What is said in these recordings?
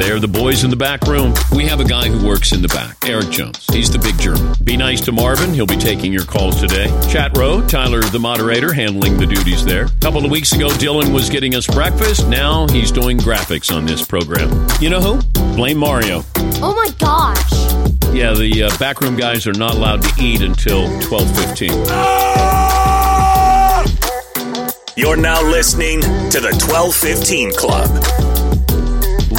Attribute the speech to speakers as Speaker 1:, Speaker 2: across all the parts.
Speaker 1: They're the boys in the back room. We have a guy who works in the back, Eric Jones. He's the big German. Be nice to Marvin. He'll be taking your calls today. Chat row, Tyler, the moderator, handling the duties there. A couple of weeks ago, Dylan was getting us breakfast. Now he's doing graphics on this program. You know who? Blame Mario.
Speaker 2: Oh my gosh.
Speaker 1: Yeah, the uh, backroom guys are not allowed to eat until 12:15.
Speaker 3: You're now listening to the 1215 Club.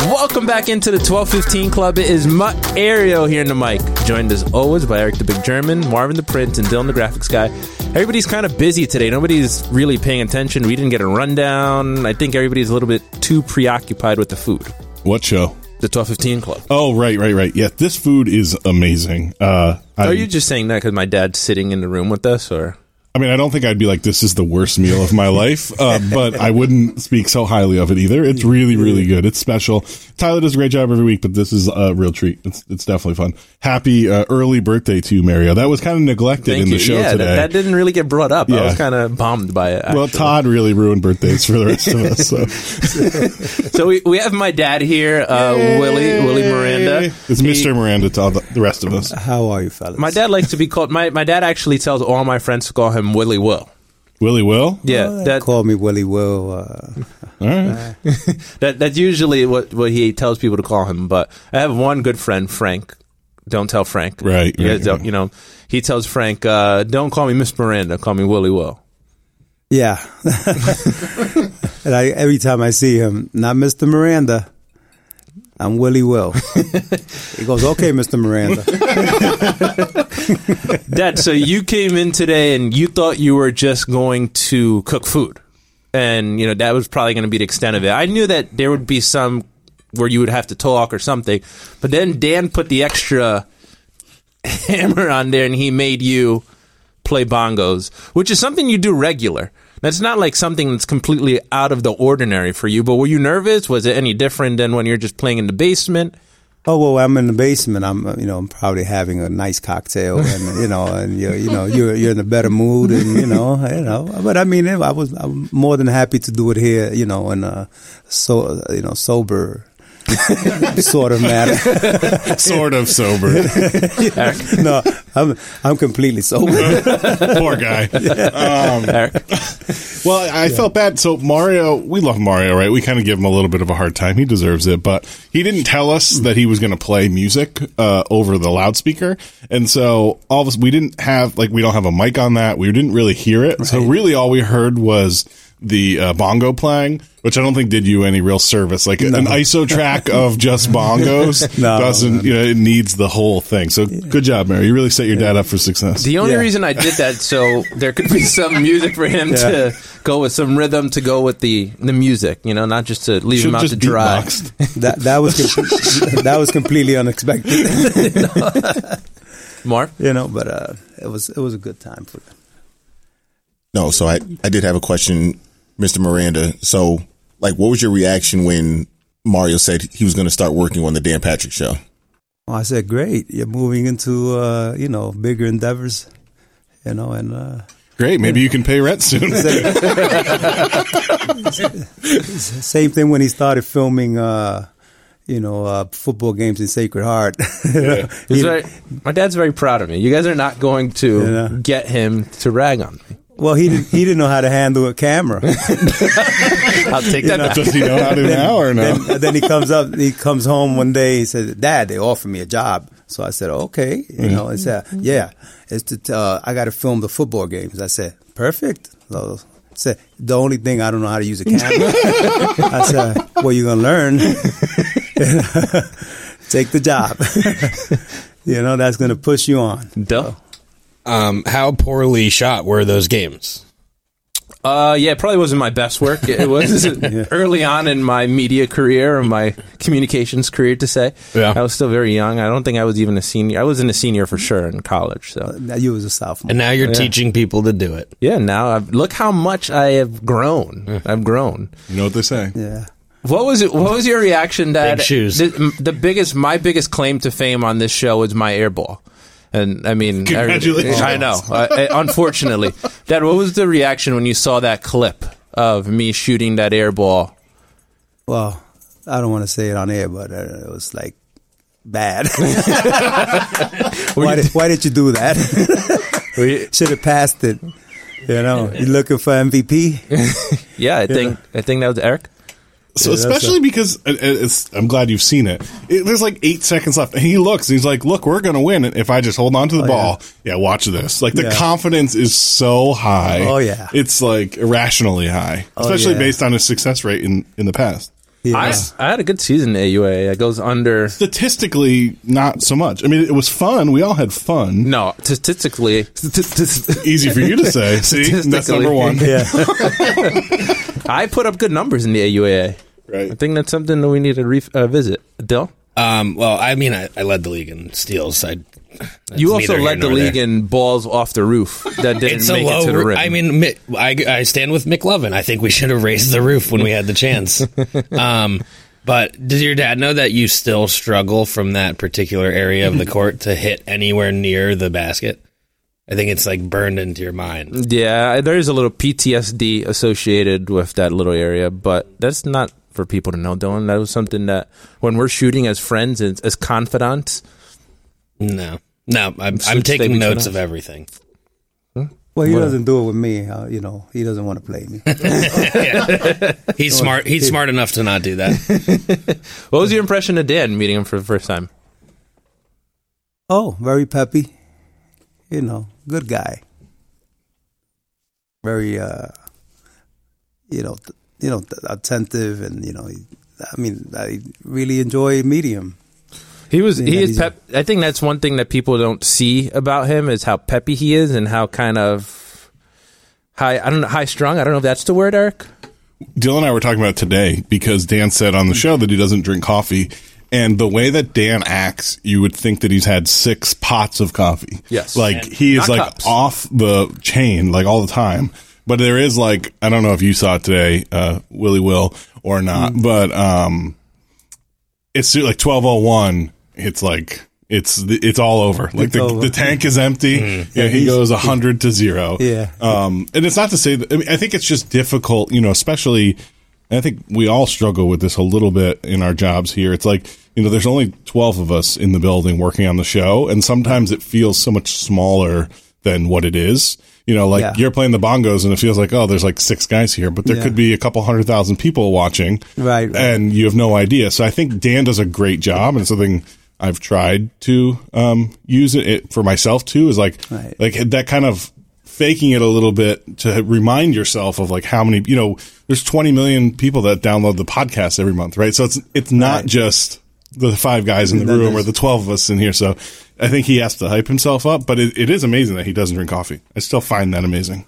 Speaker 4: Welcome back into the 1215 Club. It is Ma- Ariel here in the mic, joined as always by Eric the Big German, Marvin the Prince, and Dylan the Graphics Guy. Everybody's kind of busy today. Nobody's really paying attention. We didn't get a rundown. I think everybody's a little bit too preoccupied with the food.
Speaker 5: What show?
Speaker 4: The 1215 Club.
Speaker 5: Oh, right, right, right. Yeah, this food is amazing. Uh, I,
Speaker 4: Are you just saying that because my dad's sitting in the room with us, or
Speaker 5: I mean, I don't think I'd be like, this is the worst meal of my life, uh, but I wouldn't speak so highly of it either. It's really, really good. It's special. Tyler does a great job every week, but this is a real treat. It's, it's definitely fun. Happy uh, early birthday to you, Mario. That was kind of neglected in the show
Speaker 4: yeah,
Speaker 5: today.
Speaker 4: That, that didn't really get brought up. I
Speaker 5: Yeah.
Speaker 4: was kind of bummed by it.
Speaker 5: well,
Speaker 4: actually.
Speaker 5: Todd really ruined birthdays for the rest of us. So.
Speaker 4: So we, we have my dad here, uh, Willie Willie Miranda.
Speaker 5: It's Mr. Miranda to all the, the rest of us.
Speaker 6: How are you, fellas?
Speaker 4: My dad likes to be called. My my dad actually tells all my friends to call him Willie Will.
Speaker 5: Willie Will?
Speaker 4: Yeah,
Speaker 6: Oh, they
Speaker 4: that,
Speaker 6: call me Willie Will. Uh,
Speaker 5: All right.
Speaker 4: that that's usually what what he tells people to call him. But I have one good friend, Frank. Don't tell Frank.
Speaker 5: Right,
Speaker 4: You, guys
Speaker 5: right,
Speaker 4: don't-
Speaker 5: right.
Speaker 4: you know, he tells Frank, uh, "Don't call me Miss Miranda. Call me Willie Will."
Speaker 6: yeah. and I, every time I see him, not Mr. Miranda, I'm Willie Will. he goes, okay, Mr. Miranda.
Speaker 4: Dad, so you came in today and you thought you were just going to cook food. And, you know, that was probably going to be the extent of it. I knew that there would be some where you would have to talk or something. But then Dan put the extra hammer on there and he made you play bongos, which is something you do regular. That's not like something that's completely out of the ordinary for you. But were you nervous? Was it any different than when you're just playing in the basement?
Speaker 6: Oh well, I'm in the basement. I'm uh, you know I'm probably having a nice cocktail, and you know, and you're, you know you're you're in a better mood, and you know, you know. But I mean, I was I'm more than happy to do it here, you know, in a so you know sober sort of manner.
Speaker 5: Sort of sober.
Speaker 6: no, I'm I'm completely sober.
Speaker 5: Poor guy. Um,
Speaker 4: Eric?
Speaker 5: Well, I I felt bad. So Mario, we love Mario, right? We kind of give him a little bit of a hard time. He deserves it, but he didn't tell us
Speaker 6: Hmm.
Speaker 5: that he was going to play music uh, over the loudspeaker, and so all of us we didn't have like we don't have a mic on that. We didn't really hear it. So really, all we heard was the uh, bongo playing, which I don't think did you any real service. Like an ISO track of just bongos
Speaker 6: No,
Speaker 5: doesn't.
Speaker 6: no,
Speaker 5: You know, it needs the whole thing. So good job, Mario. You really set your dad up for success.
Speaker 4: The only
Speaker 6: Yeah.
Speaker 4: reason I did that so there could be some music for him to go with some rhythm to go with the the music, you know, not just to leave
Speaker 5: Should've
Speaker 4: him out
Speaker 5: just
Speaker 4: to dry.
Speaker 5: beatboxed.
Speaker 6: That that was com- that was completely unexpected,
Speaker 4: Mark,
Speaker 6: you know. But uh, it was it was a good time for them.
Speaker 7: No, so I, I did have a question, Mr. Miranda. So, like, what was your reaction when Mario said he was going to start working on the Dan Patrick show?
Speaker 6: Well, I said, great, you're moving into uh, you know bigger endeavors, you know, and. uh
Speaker 5: Great. Maybe you can pay rent soon.
Speaker 6: Same thing when he started filming, uh, you know, uh, football games in Sacred Heart.
Speaker 4: he's
Speaker 6: You know,
Speaker 4: very, my dad's very proud of me. You guys are not going to
Speaker 6: Yeah.
Speaker 4: get him to rag on me.
Speaker 6: well, he didn't, he didn't know how to handle a camera.
Speaker 4: I'll take that. back.
Speaker 5: Does he know how to now or no?
Speaker 6: And then he comes up, he comes home one day. He says, "Dad, they offered me a job." So I said, "Okay," you
Speaker 8: Mm-hmm.
Speaker 6: know. I said, "Yeah, it's to, uh, I got to film the football games." I said, "Perfect." So I said, "The only thing I don't know how to use a camera." I said, "Well, you're gonna learn. Take the job. you know that's gonna push you on."
Speaker 4: Duh.
Speaker 8: Um, how poorly shot were those games?
Speaker 4: Uh, yeah, it probably wasn't my best work. It was early on in my media career or my communications career, to say.
Speaker 8: Yeah.
Speaker 4: I was still very young. I don't think I was even a senior. I wasn't a senior for sure in college. So
Speaker 6: Now you was a sophomore.
Speaker 8: And now you're
Speaker 4: Oh,
Speaker 8: teaching people to do it.
Speaker 4: Yeah, now I've, look how much I have grown. I've grown.
Speaker 5: You know what they say.
Speaker 6: yeah.
Speaker 4: Hmm. What was it? What was your reaction, Dad?
Speaker 8: Big shoes.
Speaker 4: The, m- the biggest, my biggest claim to fame on this show is my airball, and I mean, I-
Speaker 5: Congratulations.
Speaker 4: I, know. Uh, uh, unfortunately, Dad, what was the reaction when you saw that clip of me shooting that airball?
Speaker 6: Well, I don't want to say it on air, but uh, it was like bad. why, did, why did you do that?
Speaker 4: Were you-
Speaker 6: Should have passed it. You know, you looking for MVP?
Speaker 4: yeah, I think I think that was Eric.
Speaker 5: So
Speaker 6: Yeah, that's
Speaker 5: especially because it- it- it's, I'm glad you've seen it. it. There's like eight seconds left, and he looks. And he's like, "Look, we're gonna win if I just hold on to the ball." Yeah. watch this. Like the
Speaker 6: Oh, Yeah.
Speaker 5: confidence is so high.
Speaker 6: Oh, yeah. Oh,
Speaker 5: it's like irrationally high, especially
Speaker 6: yeah.
Speaker 5: based on his success rate in in the past.
Speaker 6: Yeah.
Speaker 4: I, I had a good season at AUA. It goes under.
Speaker 5: Statistically, not so much. I mean, it was fun. We all had fun.
Speaker 4: No, statistically,
Speaker 5: Easy for you to say. See, that's
Speaker 4: Statistically.
Speaker 5: number one.
Speaker 6: yeah.
Speaker 4: I put up good numbers in the AUA.
Speaker 5: Right.
Speaker 4: I think that's something that we need to revisit. Uh, visit. Dill,
Speaker 8: Um, well, I mean, I, I led the league in steals. I, that's
Speaker 4: you also
Speaker 8: neither here
Speaker 4: led the
Speaker 8: nor there.
Speaker 4: league in balls off the roof that didn't
Speaker 8: It's a
Speaker 4: make it
Speaker 8: low.
Speaker 4: to the
Speaker 8: roo-
Speaker 4: rim.
Speaker 8: I mean, Mi- I, I stand with McLovin. I think we should have raised the roof when we had the chance. um, but does your dad know that you still struggle from that particular area of the court to hit anywhere near the basket? I think it's like burned into your
Speaker 4: Mm.
Speaker 8: mind.
Speaker 4: yeah, there is a little PTSD associated with that little area, but that's not for people to know, Dylan. That was something that when we're shooting as friends and as confidants,
Speaker 8: No, no, I'm,
Speaker 4: So
Speaker 8: I'm
Speaker 4: stay
Speaker 8: taking
Speaker 4: between
Speaker 8: notes
Speaker 4: us.
Speaker 8: of everything.
Speaker 6: Well, he doesn't do it with me. Uh, you know, he doesn't want to play me.
Speaker 8: He's
Speaker 4: Oh,
Speaker 8: smart. He's smart enough to not do that.
Speaker 4: what was your impression of Dan meeting him for the first time?
Speaker 6: Oh, very peppy. You know, good guy. Very, uh, you know, th- you know, th- attentive, and you know, he, I mean, I really enjoy medium.
Speaker 4: He was.
Speaker 6: Yeah,
Speaker 4: he is
Speaker 6: he's
Speaker 4: pep. I think that's one thing that people don't see about him is how peppy he is and how kind of high. I don't know high strung. I don't know if that's the word, Eric.
Speaker 5: Dylan and I were talking about it today because Dan said on the show that he doesn't drink coffee. And the way that Dan acts, you would think that he's had six pots of coffee.
Speaker 4: Yes.
Speaker 5: Like
Speaker 4: And
Speaker 5: he is
Speaker 4: not
Speaker 5: like
Speaker 4: cups.
Speaker 5: off the chain, like all the time. But there is like, I don't know if you saw it today, uh, Willie Will or not, but, um, it's like 1201. It's like, it's, it's all over. Like the,
Speaker 6: over.
Speaker 5: the tank is empty. Yeah. He
Speaker 6: he's-
Speaker 5: goes a hundred to zero.
Speaker 6: Yeah.
Speaker 5: Um, and it's not to say that I, mean, I think it's just difficult, you know, especially. and I think we all struggle with this a little bit in our jobs here. It's like you know, there's only twelve of us in the building working on the show, and sometimes it feels so much smaller than what it is. You know, like
Speaker 6: Yeah.
Speaker 5: you're playing the bongos, and it feels like oh, there's like six guys here, but there
Speaker 6: Yeah.
Speaker 5: could be a couple hundred thousand people watching,
Speaker 6: Right, right.
Speaker 5: And you have no idea. So I think Dan does a great job, and it's something. I've tried to um, use it, it for myself too. Is like
Speaker 6: Right.
Speaker 5: like that kind of faking it a little bit to remind yourself of like how many you know there's 20 million people that download the podcast every month right so it's it's not just the five guys in the
Speaker 6: Then
Speaker 5: room or
Speaker 6: there's-
Speaker 5: the 12 of us in here so i think he has to hype himself up but it, it is amazing that he doesn't drink coffee i still find that amazing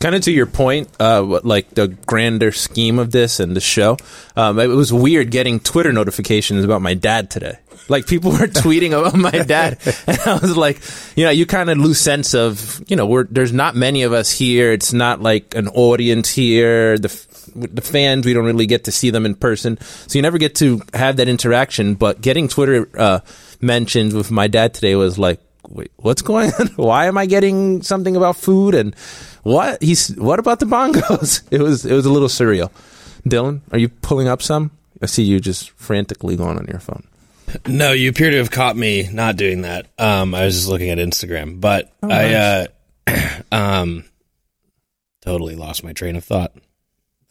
Speaker 4: Kind of to your point, uh, what- like the grander scheme of this and the show. Um, it was weird getting Twitter notifications about my dad today. Like people were tweeting about my dad, and I was like, you know, you kind of lose sense of, you know, we're there's not many of us here. It's not like an audience here. The f- with the fans, we don't really get to see them in person, so you never get to have that interaction. But getting Twitter uh, mentions with my dad today was like wait, what's going on? Why am I getting something about food and what he's what about the bongos? It was it was a little surreal. Dylan, are you pulling up some? I see you just frantically going on your phone.
Speaker 8: No, you appear to have caught me not doing that. Um, I was just looking at Instagram, but I uh, um, totally lost my train of thought.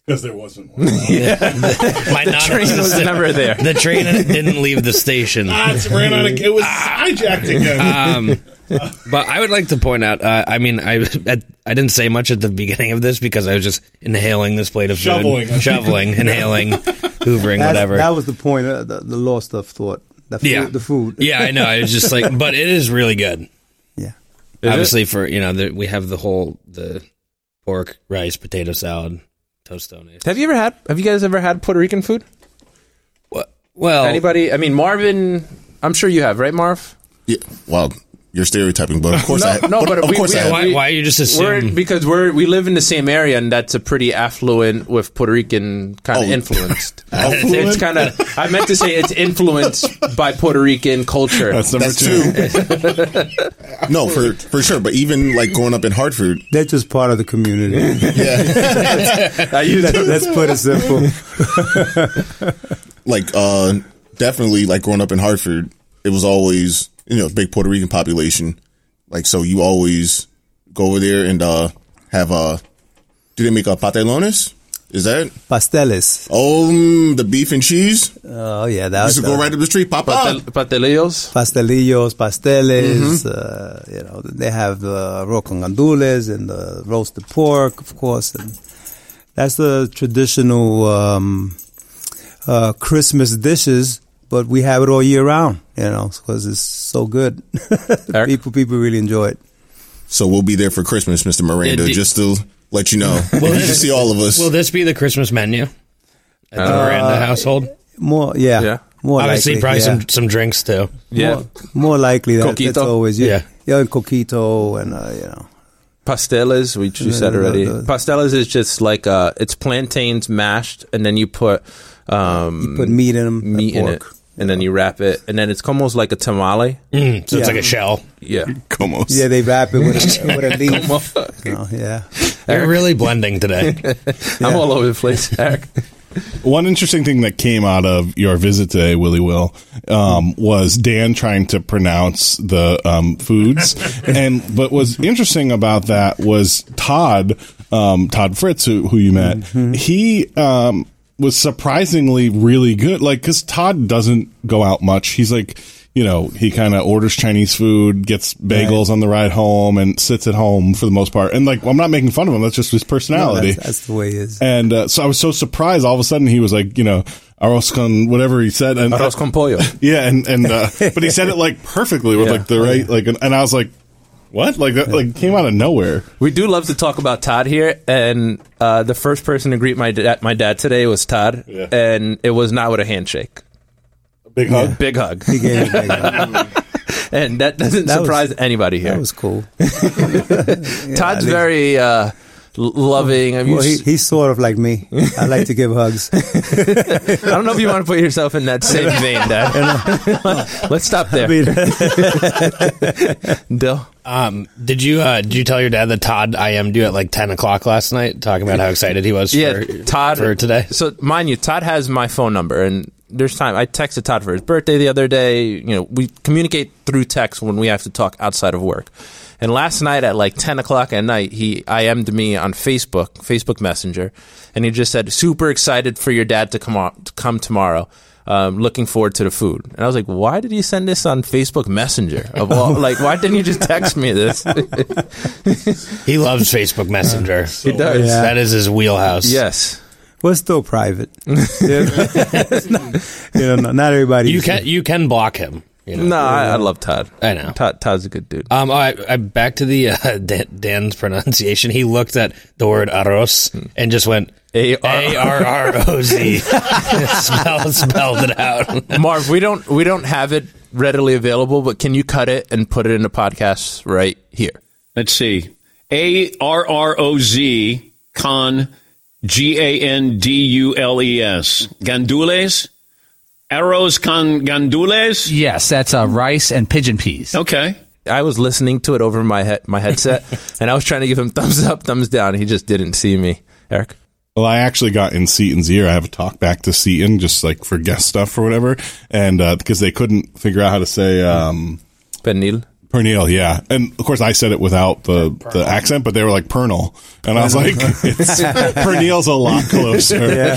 Speaker 5: because there wasn't one
Speaker 8: My the
Speaker 4: Train was never there.
Speaker 8: The train didn't leave the station.
Speaker 5: ran out of it was hijacked again
Speaker 8: Um, but I would like to point out. Uh, I mean, I at, I didn't say much at the beginning of this because I was just inhaling this plate of
Speaker 5: Shoveling.
Speaker 8: food, shoveling, inhaling, hoovering,
Speaker 6: That's-
Speaker 8: whatever.
Speaker 6: That was the point. Uh, the, the law stuff thought. The food,
Speaker 8: yeah,
Speaker 6: The food.
Speaker 8: Yeah, I know. I was just like, but it is really good.
Speaker 6: Yeah.
Speaker 8: Obviously, for you know, the, we have the whole the pork, rice, potato salad, tostones.
Speaker 4: Have you ever had have you guys ever had Puerto Rican food?
Speaker 8: Wha- Well,
Speaker 4: Anybody I mean Marvin I'm sure you have, right, Marv?
Speaker 7: Yeah, well, you're stereotyping, but of course I
Speaker 4: no, but
Speaker 7: of
Speaker 4: we-
Speaker 7: course
Speaker 4: we-
Speaker 7: I have.
Speaker 8: why,
Speaker 4: we-
Speaker 8: why you just
Speaker 4: We're,
Speaker 8: assume?
Speaker 4: because we're we live in the same area and that's a pretty affluent with Puerto Rican kind
Speaker 7: Oh.
Speaker 4: of influenced.
Speaker 7: Affluent?
Speaker 4: It's kind of I meant to say it's influenced by Puerto Rican culture.
Speaker 5: that's number
Speaker 7: That's
Speaker 5: two
Speaker 7: No, for for sure. But even like growing up in Hartford,
Speaker 6: They're just part of the community.
Speaker 4: I use
Speaker 6: Let's put it simple.
Speaker 7: like uh definitely like growing up in Hartford, it was always you know big Puerto Rican population. Like so, you always go over there and uh have uh do they make a patelones? Is that
Speaker 6: Pasteles.
Speaker 7: oh mm, the beef and cheese?
Speaker 6: Oh yeah, that
Speaker 7: Used
Speaker 6: was
Speaker 7: to go right up the street, Papa.
Speaker 5: Ah.
Speaker 4: Patel- Patelillos.
Speaker 6: pastelillos, pasteles. Uh, you know, they have uh, arroz con gandules and uh, roasted pork, of course. And that's the traditional um, uh, Christmas dishes, but we have it all year round. You know, because it's so good.
Speaker 4: Eric?
Speaker 6: people, people really enjoy it.
Speaker 7: So we'll be there for Christmas, Mister Miranda.
Speaker 8: Yeah, do-
Speaker 7: just to let you know, if you can see all of us.
Speaker 8: Will this be the Christmas menu at the Miranda household?
Speaker 6: More, yeah,
Speaker 4: Yeah.
Speaker 6: more
Speaker 8: Obviously,
Speaker 6: likely,
Speaker 8: probably
Speaker 6: yeah.
Speaker 8: some some drinks too.
Speaker 4: Yeah.
Speaker 6: More, more likely that
Speaker 4: Coquito?
Speaker 6: it's always
Speaker 8: Yeah.
Speaker 6: yeah, yeah, and coquito and uh, you know.
Speaker 4: Pasteles, which you
Speaker 6: No,
Speaker 4: said
Speaker 6: no, no,
Speaker 4: already.
Speaker 6: no.
Speaker 4: Pasteles is just like uh, it's plantains mashed, and then you put um,
Speaker 6: You put meat in 'em and
Speaker 4: meat in it,
Speaker 6: pork.
Speaker 4: and then you wrap it, and then it's almost like a tamale.
Speaker 8: Mm, so
Speaker 6: Yeah.
Speaker 8: it's like a shell.
Speaker 4: Yeah,
Speaker 5: Almost.
Speaker 6: Yeah, they wrap it with a, with a leaf. No, yeah.
Speaker 8: They're really blending today.
Speaker 4: I'm all over the place. Eric.
Speaker 5: One interesting thing that came out of your visit today, Willie Will, um, was Dan trying to pronounce the um, foods. and what was interesting about that was Todd, um, Todd Fritz, who, who you met, he um, was surprisingly really good. Like, because Todd doesn't go out much. He's like, you know, he kind of orders Chinese food, gets bagels on the ride home, and sits at home for the most part. And like, I'm not making fun of him. That's just his
Speaker 6: No,
Speaker 5: personality.
Speaker 6: that's, that's the way it is.
Speaker 5: And uh, so I was so surprised. All of a sudden, he was like, you know, arroz con whatever he said, and uh,
Speaker 4: Arroz con pollo.
Speaker 5: yeah, and and uh, but he said it like perfectly with
Speaker 4: Yeah.
Speaker 5: like the right like, and, and I was like, what? Like that like came out of nowhere.
Speaker 4: We do love to talk about Todd here, and uh, the first person to greet my dad, my dad today was Todd,
Speaker 5: Yeah.
Speaker 4: and it was not with a handshake.
Speaker 5: Big hug.
Speaker 4: Big hug,
Speaker 6: He gave it back.
Speaker 4: and that doesn't
Speaker 6: That was-
Speaker 4: surprise anybody here.
Speaker 6: that was cool.
Speaker 4: Todd's
Speaker 6: least-
Speaker 4: very uh, l- loving. Have you
Speaker 6: Well, he,
Speaker 4: s-
Speaker 6: he's sort of like me. I like to give hugs.
Speaker 4: I don't know if you want to put yourself in that same vein, Dad. Let's stop
Speaker 6: I
Speaker 4: there,
Speaker 6: mean,
Speaker 4: Dill.
Speaker 8: Um, did you uh, did you tell your dad that Todd I am due at like ten o'clock last night, talking about how excited he was?
Speaker 4: Yeah,
Speaker 8: for,
Speaker 4: Todd
Speaker 8: for today.
Speaker 4: So mind you, Todd has my phone number, and there's time. I texted Todd for his birthday the other day. You know, we communicate through text when we have to talk outside of work. And last night at like ten o'clock at night, he IM'd me on Facebook, Facebook Messenger, and he just said, "Super excited for your dad to come on, to come tomorrow." Um, looking forward to the food, and I was like, "Why did he send this on Facebook Messenger? Of all, like, why didn't you just text me this?"
Speaker 8: He loves Facebook Messenger. he
Speaker 4: does.
Speaker 6: Yeah.
Speaker 8: That is his wheelhouse.
Speaker 4: yes,
Speaker 6: we're still private. You know, It's not- you know, not, not everybody.
Speaker 8: you can you can block him. You know?
Speaker 4: no, I, I love Todd.
Speaker 8: I know.
Speaker 4: Todd. Todd's a good dude.
Speaker 8: Um, all right, I, back to the uh, Dan, Dan's pronunciation. He looked at the word arroz and just went
Speaker 4: A-
Speaker 8: A R R O Z. Spell- Spelled it out.
Speaker 4: Marv, we don't we don't have it readily available, but can you cut it and put it in the podcast right here?
Speaker 1: Let's see. A R R O Z con G A N D U L E S. Gandules? Arrows con gandules?
Speaker 9: Yes, that's uh, rice and pigeon peas.
Speaker 1: Okay.
Speaker 4: I was listening to it over my head my headset, and I was trying to give him thumbs up, thumbs down. He just didn't see me, Eric.
Speaker 5: Well, I actually got in Seaton's ear. I have a talk back to Seaton just like for guest stuff or whatever, and uh, because they couldn't figure out how to say. um
Speaker 4: Benil.
Speaker 5: Pernil, yeah, and of course I said it without the, the accent, but they were like Pernil, and I was like, it's, Pernil's a lot closer.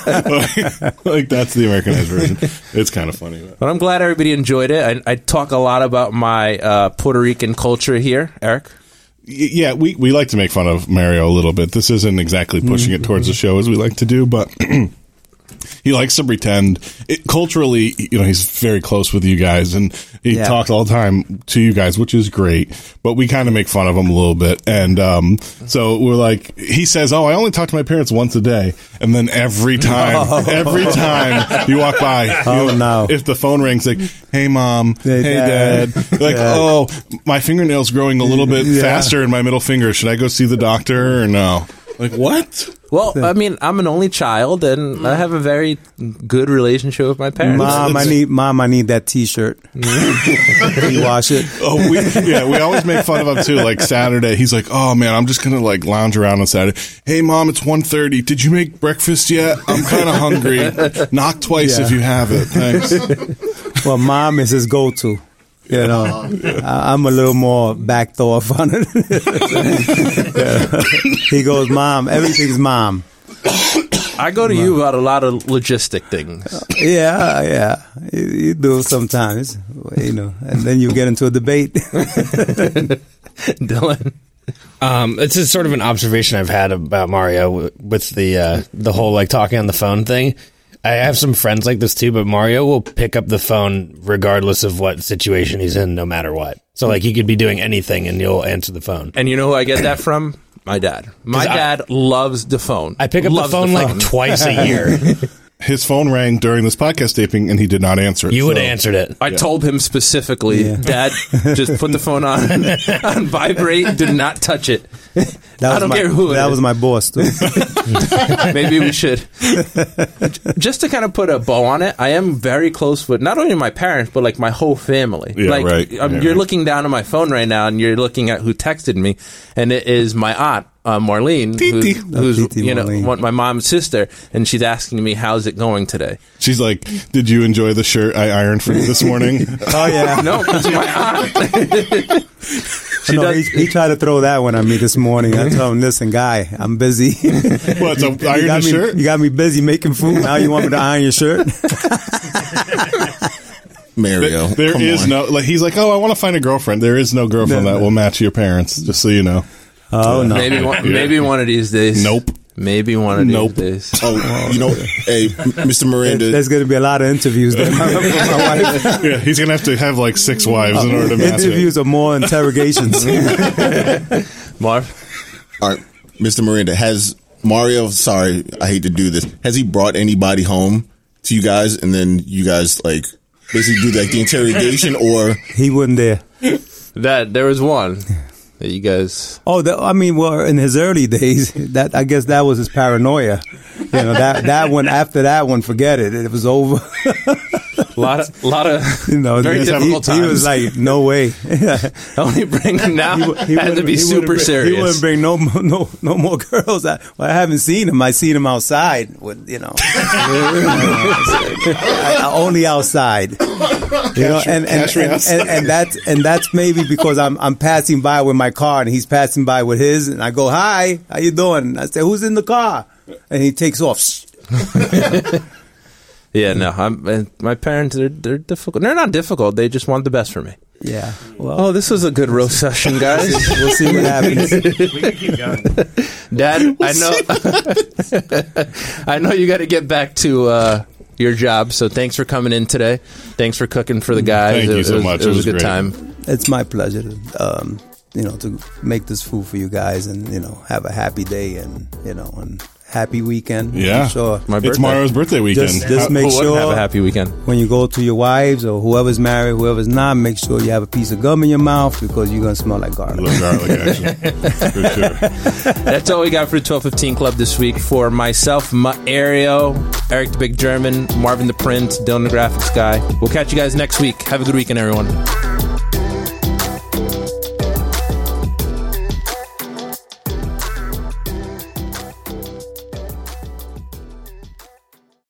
Speaker 5: like, like, that's the Americanized version. It's kind of funny. But.
Speaker 4: But I'm glad everybody enjoyed it. I, I talk a lot about my uh, Puerto Rican culture here, Eric.
Speaker 5: Y- Yeah, we we like to make fun of Mario a little bit. This isn't exactly pushing
Speaker 6: Mm-hmm.
Speaker 5: it towards the show as we like to do, but. He likes to pretend it, culturally, you know, he's very close with you guys and he
Speaker 6: Yeah.
Speaker 5: talks all the time to you guys, which is great. But we kind of make fun of him a little bit. And um, so we're like, he says, Oh, I only talk to my parents once a day. And then every time, every time you walk by,
Speaker 6: Oh,
Speaker 5: you-
Speaker 6: no.
Speaker 5: if the phone rings, like, Hey, mom, hey,
Speaker 6: Hey,
Speaker 5: dad.
Speaker 6: Dad."
Speaker 5: like,
Speaker 6: Yeah.
Speaker 5: Oh, my fingernail's growing a little bit
Speaker 6: Yeah.
Speaker 5: faster in my middle finger. Should I go see the doctor or no? Like what?
Speaker 4: Well, I mean, I'm an only child, and I have a very good relationship with my parents.
Speaker 6: Mom, I need mom, I need that T-shirt.
Speaker 8: Mm.
Speaker 6: Can you wash it?
Speaker 5: Oh, we yeah, we always make fun of him too. Like Saturday, he's like, "Oh man, I'm just gonna like lounge around on Saturday." Hey, mom, it's 1.30. Did you make breakfast yet? I'm kind of hungry. Knock twice
Speaker 6: Yeah.
Speaker 5: if you have it. Thanks.
Speaker 6: Well, mom is his go-to. You know, I, I'm a little more backed off on it. Yeah. He goes, mom, everything's mom.
Speaker 4: I go to you about a lot of logistic things.
Speaker 6: Yeah, yeah, you, you do sometimes, you know, and then you get into a debate.
Speaker 4: Dylan,
Speaker 8: Um, it's just sort of an observation I've had about Mario w- with the uh, the whole like talking on the phone thing. I have some friends like this too, but Mario will pick up the phone regardless of what situation he's in, no matter what. So like he could be doing anything and you'll answer the phone.
Speaker 4: and you know who I get that from? My dad. My
Speaker 8: 'Cause I-
Speaker 4: dad loves the phone.
Speaker 8: I pick up the
Speaker 4: Loves
Speaker 8: phone, like twice a year.
Speaker 5: His phone rang during this podcast taping, and he did not answer. it,
Speaker 8: You would
Speaker 5: so-
Speaker 8: have answered it.
Speaker 4: I told him specifically,
Speaker 6: Yeah.
Speaker 4: Dad, just put the phone on, on vibrate. Do not touch it.
Speaker 6: That
Speaker 4: I
Speaker 6: was
Speaker 4: don't
Speaker 6: my,
Speaker 4: care who it
Speaker 6: That
Speaker 4: is.
Speaker 6: was my boss too.
Speaker 4: Maybe we should. Just to kind of put a bow on it, I am very close with not only my parents, but like my whole family.
Speaker 5: Yeah,
Speaker 4: like,
Speaker 5: right.
Speaker 4: um,
Speaker 5: Yeah,
Speaker 4: you're
Speaker 5: right.
Speaker 4: looking down at my phone right now and you're looking at who texted me, and it is my aunt. Uh, Marlene, who-
Speaker 5: Titi.
Speaker 6: Oh,
Speaker 4: who's,
Speaker 6: Titi
Speaker 4: you know
Speaker 6: Marlene.
Speaker 4: one- my mom's sister, and she's asking me how's it going today.
Speaker 5: She's like, "Did you enjoy the shirt I ironed for you this morning?"
Speaker 6: Oh yeah,
Speaker 4: No, it's my aunt. she
Speaker 6: no, he,
Speaker 4: does.
Speaker 6: he tried to throw that one at me this morning. I told him, "Listen, guy, I'm busy.
Speaker 5: what? So I
Speaker 6: you,
Speaker 5: ironed
Speaker 6: got
Speaker 5: the
Speaker 6: me,
Speaker 5: shirt.
Speaker 6: you got me busy making food. Now you want me to iron your shirt?
Speaker 7: Mario.
Speaker 5: There
Speaker 7: come
Speaker 5: is
Speaker 7: on.
Speaker 5: no like. He's like, "Oh, I want to find a girlfriend." There is no girlfriend
Speaker 6: No,
Speaker 5: that
Speaker 6: no.
Speaker 5: will match your parents. Just so you know.
Speaker 6: Oh no,
Speaker 4: Maybe one, maybe one of these days.
Speaker 5: Nope.
Speaker 4: Maybe one of these
Speaker 5: Nope.
Speaker 4: days.
Speaker 7: Oh, you know, hey, M- Mr. Miranda.
Speaker 6: there's going to be a lot of interviews. There.
Speaker 5: Yeah, he's gonna have to have like six wives in order to match it.
Speaker 6: interviews are more interrogations.
Speaker 4: Marv,
Speaker 7: All right, Mr. Miranda, has Mario? Sorry, I hate to do this. Has he brought anybody home to you guys, and then you guys like basically do like the interrogation, or
Speaker 6: he wasn't there.
Speaker 4: that there was one that you guys.
Speaker 6: Oh, the, I mean, well, in his early days, that I guess that was his paranoia. You know that that one after that one, forget it. It was over.
Speaker 4: lot of lot of
Speaker 6: You know,
Speaker 4: very
Speaker 6: he,
Speaker 4: difficult
Speaker 6: he
Speaker 4: times.
Speaker 6: was like, no way.
Speaker 4: only bring them now.
Speaker 6: He, wou- he
Speaker 4: had to
Speaker 6: wouldn't-
Speaker 4: be
Speaker 6: he
Speaker 4: super
Speaker 6: wouldn't bring-
Speaker 4: serious.
Speaker 6: He wouldn't bring no mo- no no more girls. I, well, I haven't seen him. I seen him outside. With you know, I, I- only outside. You know, and and,
Speaker 5: cash me
Speaker 6: and,
Speaker 5: outside.
Speaker 6: and and that's and that's maybe because I'm I'm passing by with my car and he's passing by with his, and I go, "Hi, how you doing?" And I say, "Who's in the car?" And he takes off. Shh.
Speaker 4: yeah, no. I'm, and my parents are they're difficult. They're not difficult. They just want the best for me.
Speaker 6: Yeah. Well,
Speaker 4: Oh, this was a good roast session, guys.
Speaker 6: we'll see what happens.
Speaker 4: Dad, I know. I know you got to get back to. Uh, your job. So thanks for coming in today. Thanks for cooking for the guys.
Speaker 5: Thank
Speaker 4: it,
Speaker 5: you so
Speaker 4: it was,
Speaker 5: much.
Speaker 4: It was,
Speaker 5: It was
Speaker 4: a good
Speaker 5: great.
Speaker 4: time.
Speaker 6: it's my pleasure to um, you know to make this food for you guys and you know have a happy day and you know and happy weekend
Speaker 5: Yeah,
Speaker 6: I'm sure
Speaker 4: My
Speaker 5: it's
Speaker 4: birthday.
Speaker 5: Mario's birthday weekend. Uh, oh,
Speaker 6: Just- just
Speaker 5: How-
Speaker 6: make-
Speaker 4: Who wouldn't
Speaker 6: sure-
Speaker 4: have a happy weekend.
Speaker 6: when you go to your wives or whoever's married whoever's not make sure you have a piece of gum in your mouth because you're gonna smell like
Speaker 5: I
Speaker 6: garlic
Speaker 5: love garlic action. For sure.
Speaker 4: That's all we got for the 1215 Club this week. For myself, Mario, Eric the Big German, Marvin the Prince, Dylan the Graphics Guy. We'll catch you guys next week. Have a good weekend, everyone.